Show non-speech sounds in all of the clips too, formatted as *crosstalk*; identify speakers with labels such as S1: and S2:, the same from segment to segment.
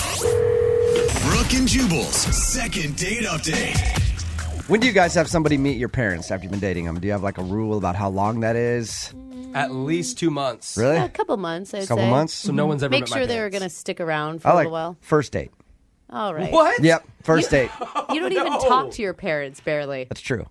S1: 101.5. Brooke and Jubal's second date update.
S2: When do you guys have somebody meet your parents after you've been dating them? Do you have like a rule about how long that is?
S3: At least two months.
S2: Really?
S4: A couple months, I'd
S2: a couple
S4: say.
S2: months?
S3: So no one's ever
S4: Make
S3: met
S4: sure
S3: my
S4: they're
S3: parents.
S4: going to stick around for
S2: I
S4: a
S2: like
S4: little while.
S2: first date.
S4: All right.
S3: What?
S2: Yep, first date.
S4: You don't even
S3: no.
S4: talk to your parents, barely.
S2: That's true.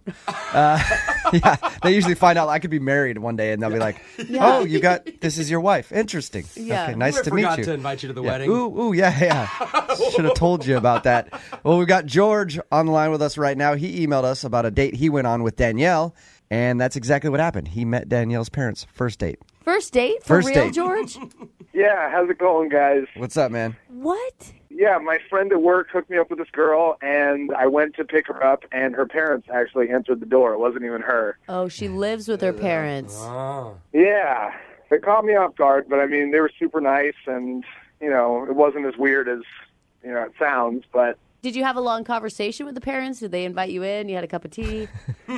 S2: Uh, *laughs* yeah, they usually find out I could be married one day, and they'll be like, "Oh, you got this is your wife. Interesting.
S4: *laughs* Yeah.
S2: Okay, nice
S3: I
S2: to
S3: forgot
S2: meet you."
S3: to invite you to the
S2: yeah.
S3: wedding.
S2: Ooh, ooh, yeah, yeah. Should have told you about that. Well, we've got George on the line with us right now. He emailed us about a date he went on with Danielle, and that's exactly what happened. He met Danielle's parents first date.
S4: First date? For
S2: First
S4: real,
S2: date.
S4: George?
S3: *laughs*
S5: Yeah, how's it going, guys?
S2: What's up, man?
S4: what?
S5: Yeah, my friend at work hooked me up with this girl, and I went to pick her up, and her parents actually entered the door. It wasn't even her.
S4: Oh, she lives with her parents.
S2: Uh-huh.
S3: Ah.
S5: Yeah, it caught me off guard, but I mean, they were super nice, and, you know, it wasn't as weird as, you know, it sounds, but
S4: Did you have a long conversation with the parents? Did they invite you in? You had a cup of tea?
S2: *laughs*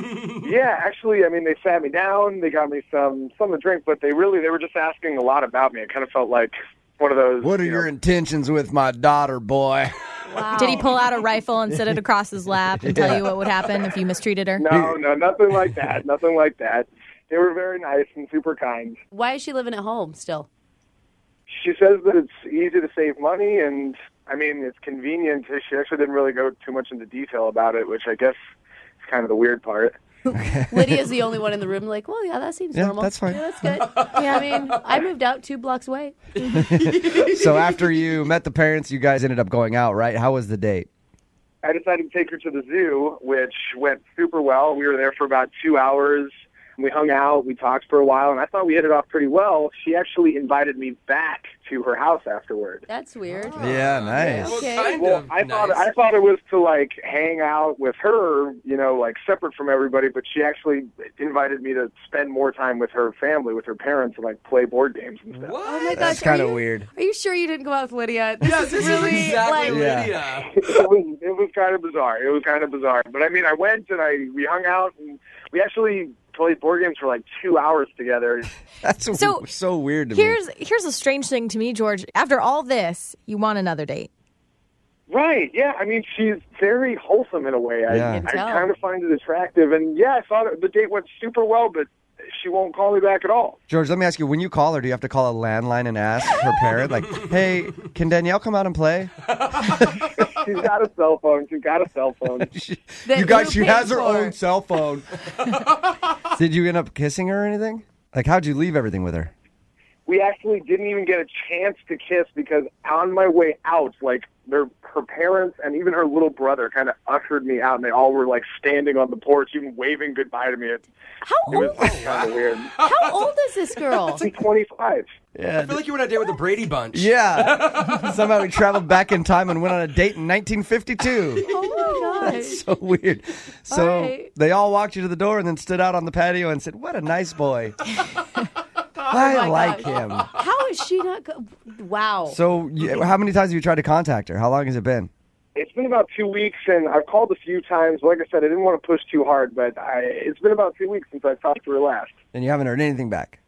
S5: yeah, actually, I mean, they sat me down, they got me some, some to drink, but they really, they were just asking a lot about me. It kind of felt like one of those.
S2: What are
S5: you
S2: your
S5: know,
S2: intentions with my daughter, *laughs* boy?
S4: Wow.
S6: Did he pull out a rifle and set *laughs* it across his lap and tell you what would happen if you mistreated her?
S5: No, no, nothing like that. *laughs* Nothing like that. They were very nice and super kind.
S4: Why is she living at home still?
S5: she says that it's easy to save money and i mean it's convenient she actually didn't really go too much into detail about it which i guess is kind of the weird part
S4: Lydia's the only one in the room, like, well, yeah, that seems
S2: Yeah,
S4: normal.
S2: that's fine.
S4: Yeah, that's good. yeah, I mean, I moved out two blocks away.
S2: so after you met the parents, you guys ended up going out, right? How was the date?
S5: i decided to take her to the zoo which went super well we were there for about two hours we hung out we talked for a while and i thought we hit it off pretty well she actually invited me back to her house afterward
S4: That's weird.
S2: Yeah, nice.
S3: Well,
S4: Okay.
S3: kind
S5: well,
S3: of
S5: I thought
S3: nice.
S5: I thought it was to like hang out with her, you know, like separate from everybody. But she actually invited me to spend more time with her family, with her parents, and like play board games and stuff.
S3: What?
S4: Oh my gosh,
S2: That's
S4: are
S2: kind of
S4: you- *laughs*
S2: weird.
S4: Are you sure you didn't go out with Lydia? This
S3: Yes,
S4: is
S3: this
S4: really
S3: is exactly
S4: like
S2: Yeah.
S3: Lydia.
S5: it was it was kind of bizarre. It was kind of bizarre. But I mean, I went and I we hung out and we actually played board games for like two hours together.
S2: That's so,
S6: So,
S2: so weird to me.
S6: Here's here's a strange thing to me, George. After all this, you want another date.
S5: Right. Yeah. I mean, she's very wholesome in a way. I,
S2: Yeah.
S5: I
S2: You
S4: can tell.
S5: kind of find it attractive. And yeah, I thought the date went super well, but she won't call me back at all.
S2: George, let me ask you: When you call her, do you have to call a landline and ask her parent, like, "Hey, can Danielle come out and play?"
S5: She's got a cell phone. She's got a cell
S4: *laughs*
S5: phone.
S4: that
S2: you guys,
S4: you
S2: she
S4: paid
S2: has her
S4: for.
S2: own cell
S4: *laughs*
S2: phone. Did you end up kissing her or anything? Like, how'd you leave everything with her?
S5: we actually didn't even get a chance to kiss because on my way out, like their her parents and even her little brother kind of ushered me out, and they all were like standing on the porch, even waving goodbye to me. It,
S4: How
S5: it was
S4: old?
S5: kind of weird.
S4: How old is this girl?
S5: I'm 25.
S3: I feel like you were on a date with the Brady Bunch.
S2: Yeah. *laughs* Somehow we traveled back in time and went on a date in 1952.
S4: Oh my gosh.
S2: *laughs* so weird. So
S4: All right.
S2: they all walked you to the door and then stood out on the patio and said, "What a nice boy." I like him.
S4: How is she not? Go- wow.
S2: So, you, how many times have you tried to contact her? How long has it been?
S5: It's been about two weeks, and I've called a few times. Like I said, I didn't want to push too hard, but I, it's been about two weeks since I talked to her last.
S2: And you haven't heard anything back.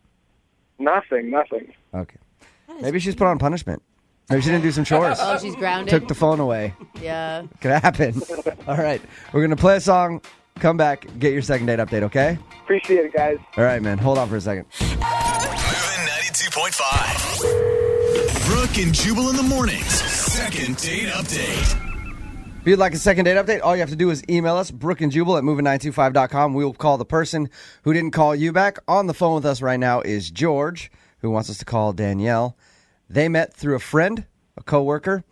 S5: Nothing, nothing.
S2: Okay. Maybe she's put on punishment. Maybe she didn't do some chores.
S4: oh, she's grounded.
S2: uh, Took the phone away.
S4: yeah.
S2: Could happen. All right. We're going to play a song. Come back. Get your second date update, okay?
S5: Appreciate it, guys.
S2: All right, man. Hold on for a second.
S1: Moving 92.5. Brooke and Jubal in the mornings. Second date update.
S2: If you'd like a second date update, all you have to do is email us, Brook and Jubal at moving925.com. We will call the person who didn't call you back. On the phone with us right now is George, who wants us to call Danielle. They met through a friend, a coworker.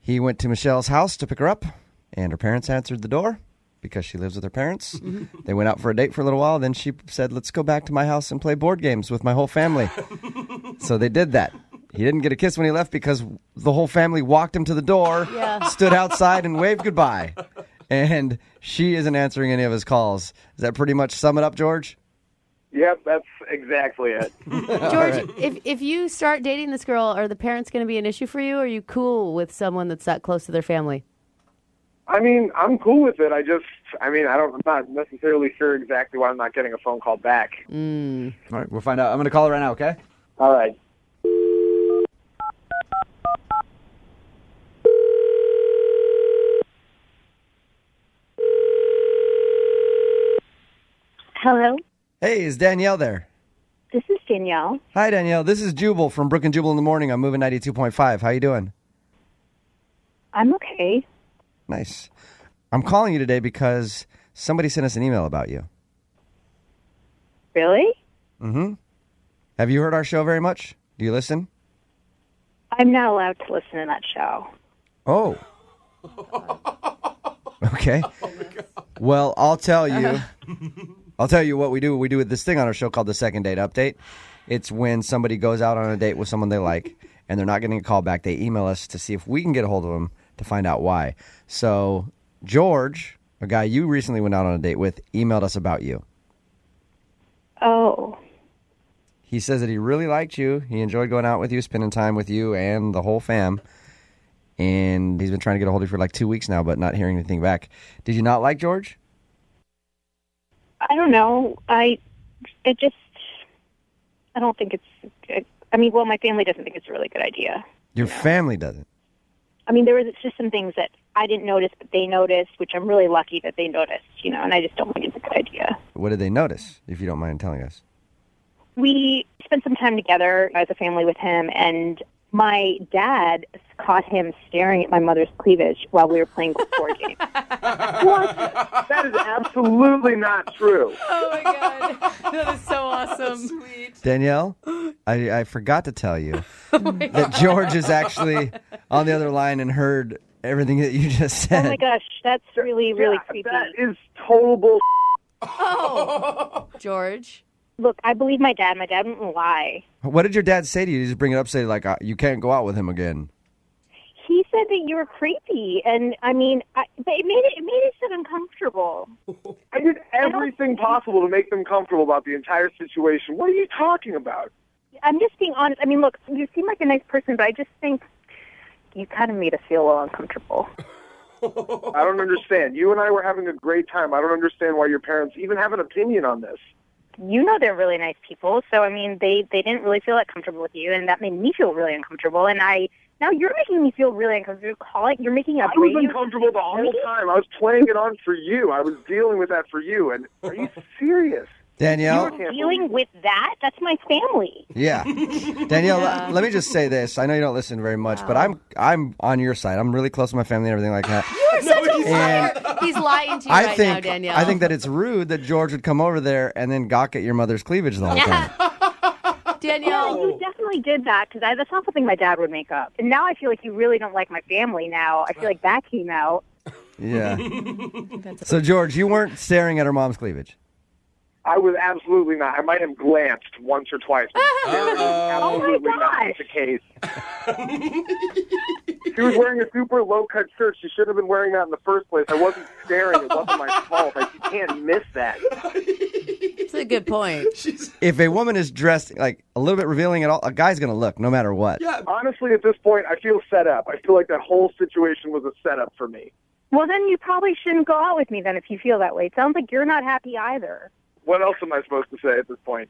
S2: He went to Michelle's house to pick her up, and her parents answered the door because she lives with her parents. They went out for a date for a little while. Then she said, Let's go back to my house and play board games with my whole family. so they did that. He didn't get a kiss when he left because the whole family walked him to the door
S4: Yeah.
S2: stood outside and waved goodbye. And she isn't answering any of his calls. Does that pretty much sum it up, George?
S5: Yep, that's exactly it.
S2: Oh,
S4: George, if if you start dating this girl, are the parents going to be an issue for you? Or are you cool with someone that's not close to their family?
S5: I mean, I'm cool with it. I just, I mean, I don't, I'm not necessarily sure exactly why I'm not getting a phone call back.
S2: All right, we'll find out. I'm going to call her right now, okay?
S5: All right.
S7: Hello,
S2: Hey, is Danielle there?
S7: this is Danielle.
S2: Hi, Danielle. This is Jubal from Brook and Jubal in the Morning on Moving 92.5. How you doing?
S7: I'm okay.
S2: Nice. I'm calling you today because somebody sent us an email about you.
S7: Really?
S2: Mm-hmm. Have you heard our show very much? Do you listen?
S7: I'm not allowed to listen to that show.
S2: Oh. Okay. Well, I'll tell you. I'll tell you what we do. We do this thing on our show called the second date update. It's when somebody goes out on a date with someone they like and they're not getting a call back. They email us to see if we can get a hold of them to find out why. So, George, a guy you recently went out on a date with, emailed us about you.
S7: Oh,
S2: He says that he really liked you. He enjoyed going out with you, spending time with you and the whole fam. And he's been trying to get a hold of you for like two weeks now, but not hearing anything back. Did you not like George?
S7: I don't know. I, it just, I don't think it's. Good. I mean, well, my family doesn't think it's a really good idea.
S2: Your family doesn't.
S7: I mean, there was just some things that I didn't notice, but they noticed, which I'm really lucky that they noticed. You know, and I just don't think it's a good idea.
S2: What did they notice, if you don't mind telling us?
S7: we spent some time together as a family with him and my dad caught him staring at my mother's cleavage while we were playing *laughs* board games.
S5: That is absolutely not true.
S6: Oh my god, that is so awesome.
S2: Danielle, I, I forgot to tell you that George is actually on the other line and heard everything that you just
S7: Oh
S2: said.
S7: my gosh, that's really, really
S5: Yeah,
S7: creepy.
S5: That is total bull.
S4: George.
S7: Look, I believe my dad. My dad wouldn't lie.
S2: What did your dad say to you? Did you just bring it up, say, like, uh, you can't go out with him again?
S7: He said that you were creepy, and I mean, I, but it made it, it made it so uncomfortable.
S5: I did everything possible to make them comfortable about the entire situation. What are you talking about?
S7: I'm just being honest. I mean, look, you seem like a nice person, but I just think you kind of made us feel a little uncomfortable.
S5: I don't understand. You and I were having a great time. I don't understand why your parents even have an opinion on this.
S7: you know they're really nice people so i mean they they didn't really feel that comfortable with you and that made me feel really uncomfortable and i now you're making me feel really uncomfortable calling you're making a
S5: I was
S7: radio-
S5: uncomfortable the whole time. I was playing it on for you. I was dealing with that for you. And are *laughs* you serious?
S2: Danielle?
S5: can't
S7: dealing with that that's my family
S4: *laughs*
S2: Yeah, Danielle. let- Let me just say this. I know you don't listen very much, but I'm I'm on your side. I'm really close to my family and everything like that. And
S4: He's lying to you
S2: I
S4: right
S2: think
S4: now, Danielle.
S2: I think that it's rude that George would come over there and then gawk at your mother's cleavage the whole time.
S7: yeah,
S4: Danielle.
S7: you definitely did that because that's not something my dad would make up and now i feel like you really don't like my family now i feel like that came out
S2: Yeah.
S4: *laughs*
S2: So George, you weren't staring at her mom's cleavage.
S5: I was absolutely not. I might have glanced once or twice.
S7: *laughs*
S5: But there is absolutely
S7: Oh my
S5: not
S7: Oh gosh.
S5: the case. she was wearing a super low cut shirt. She should have been wearing that in the first place. I wasn't staring. It wasn't my fault. Like you can't miss that.
S4: That's a good point.
S2: If a woman is dressed like a little bit revealing at all, a guy's gonna look no matter what.
S3: Yeah.
S5: Honestly, at this point, I feel set up. I feel like that whole situation was a setup for me.
S7: well then you probably shouldn't go out with me then if you feel that way it sounds like you're not happy either
S5: What else am I supposed to say at this point?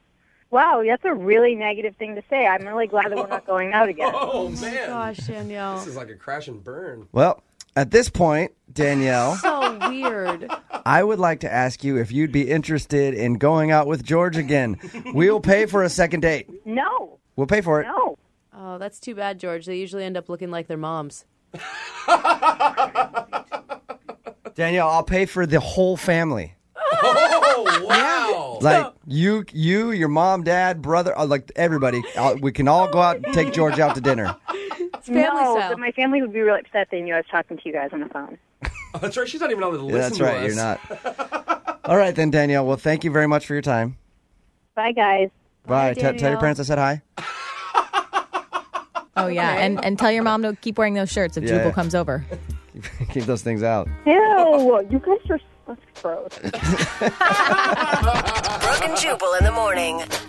S7: wow that's a really negative thing to say i'm really glad that we're not going out again
S3: Oh man.
S4: Gosh, Danielle.
S3: This is like a crash and burn.
S2: Well, at this point, Danielle,
S4: So weird.
S2: I would like to ask you if you'd be interested in going out with George again. We'll pay for a second date.
S7: no
S2: We'll pay for it.
S7: no
S4: Oh, that's too bad, George. They usually end up looking like their moms.
S2: Danielle, I'll pay for the whole family.
S3: Oh wow.
S2: Like you, you, your mom, dad, brother, uh, like everybody. Uh, we can all go out and take George out to dinner.
S4: It's family
S7: no,
S4: style.
S7: but my family would be really upset they knew I was talking to you guys on the phone.
S3: that's right. She's not even on the list.
S2: Yeah, that's right. You're not. All right then, Danielle. Well, thank you very much for your time.
S7: Bye, guys.
S2: Bye. T- tell your
S4: Danielle.
S2: parents I said hi. *laughs*
S6: Oh yeah, and and tell your mom to keep wearing those shirts if
S2: Yeah.
S6: Jubal comes over.
S2: Keep those things out.
S7: Ew, you guys are that's gross.
S8: Brooke and Jubal in the morning.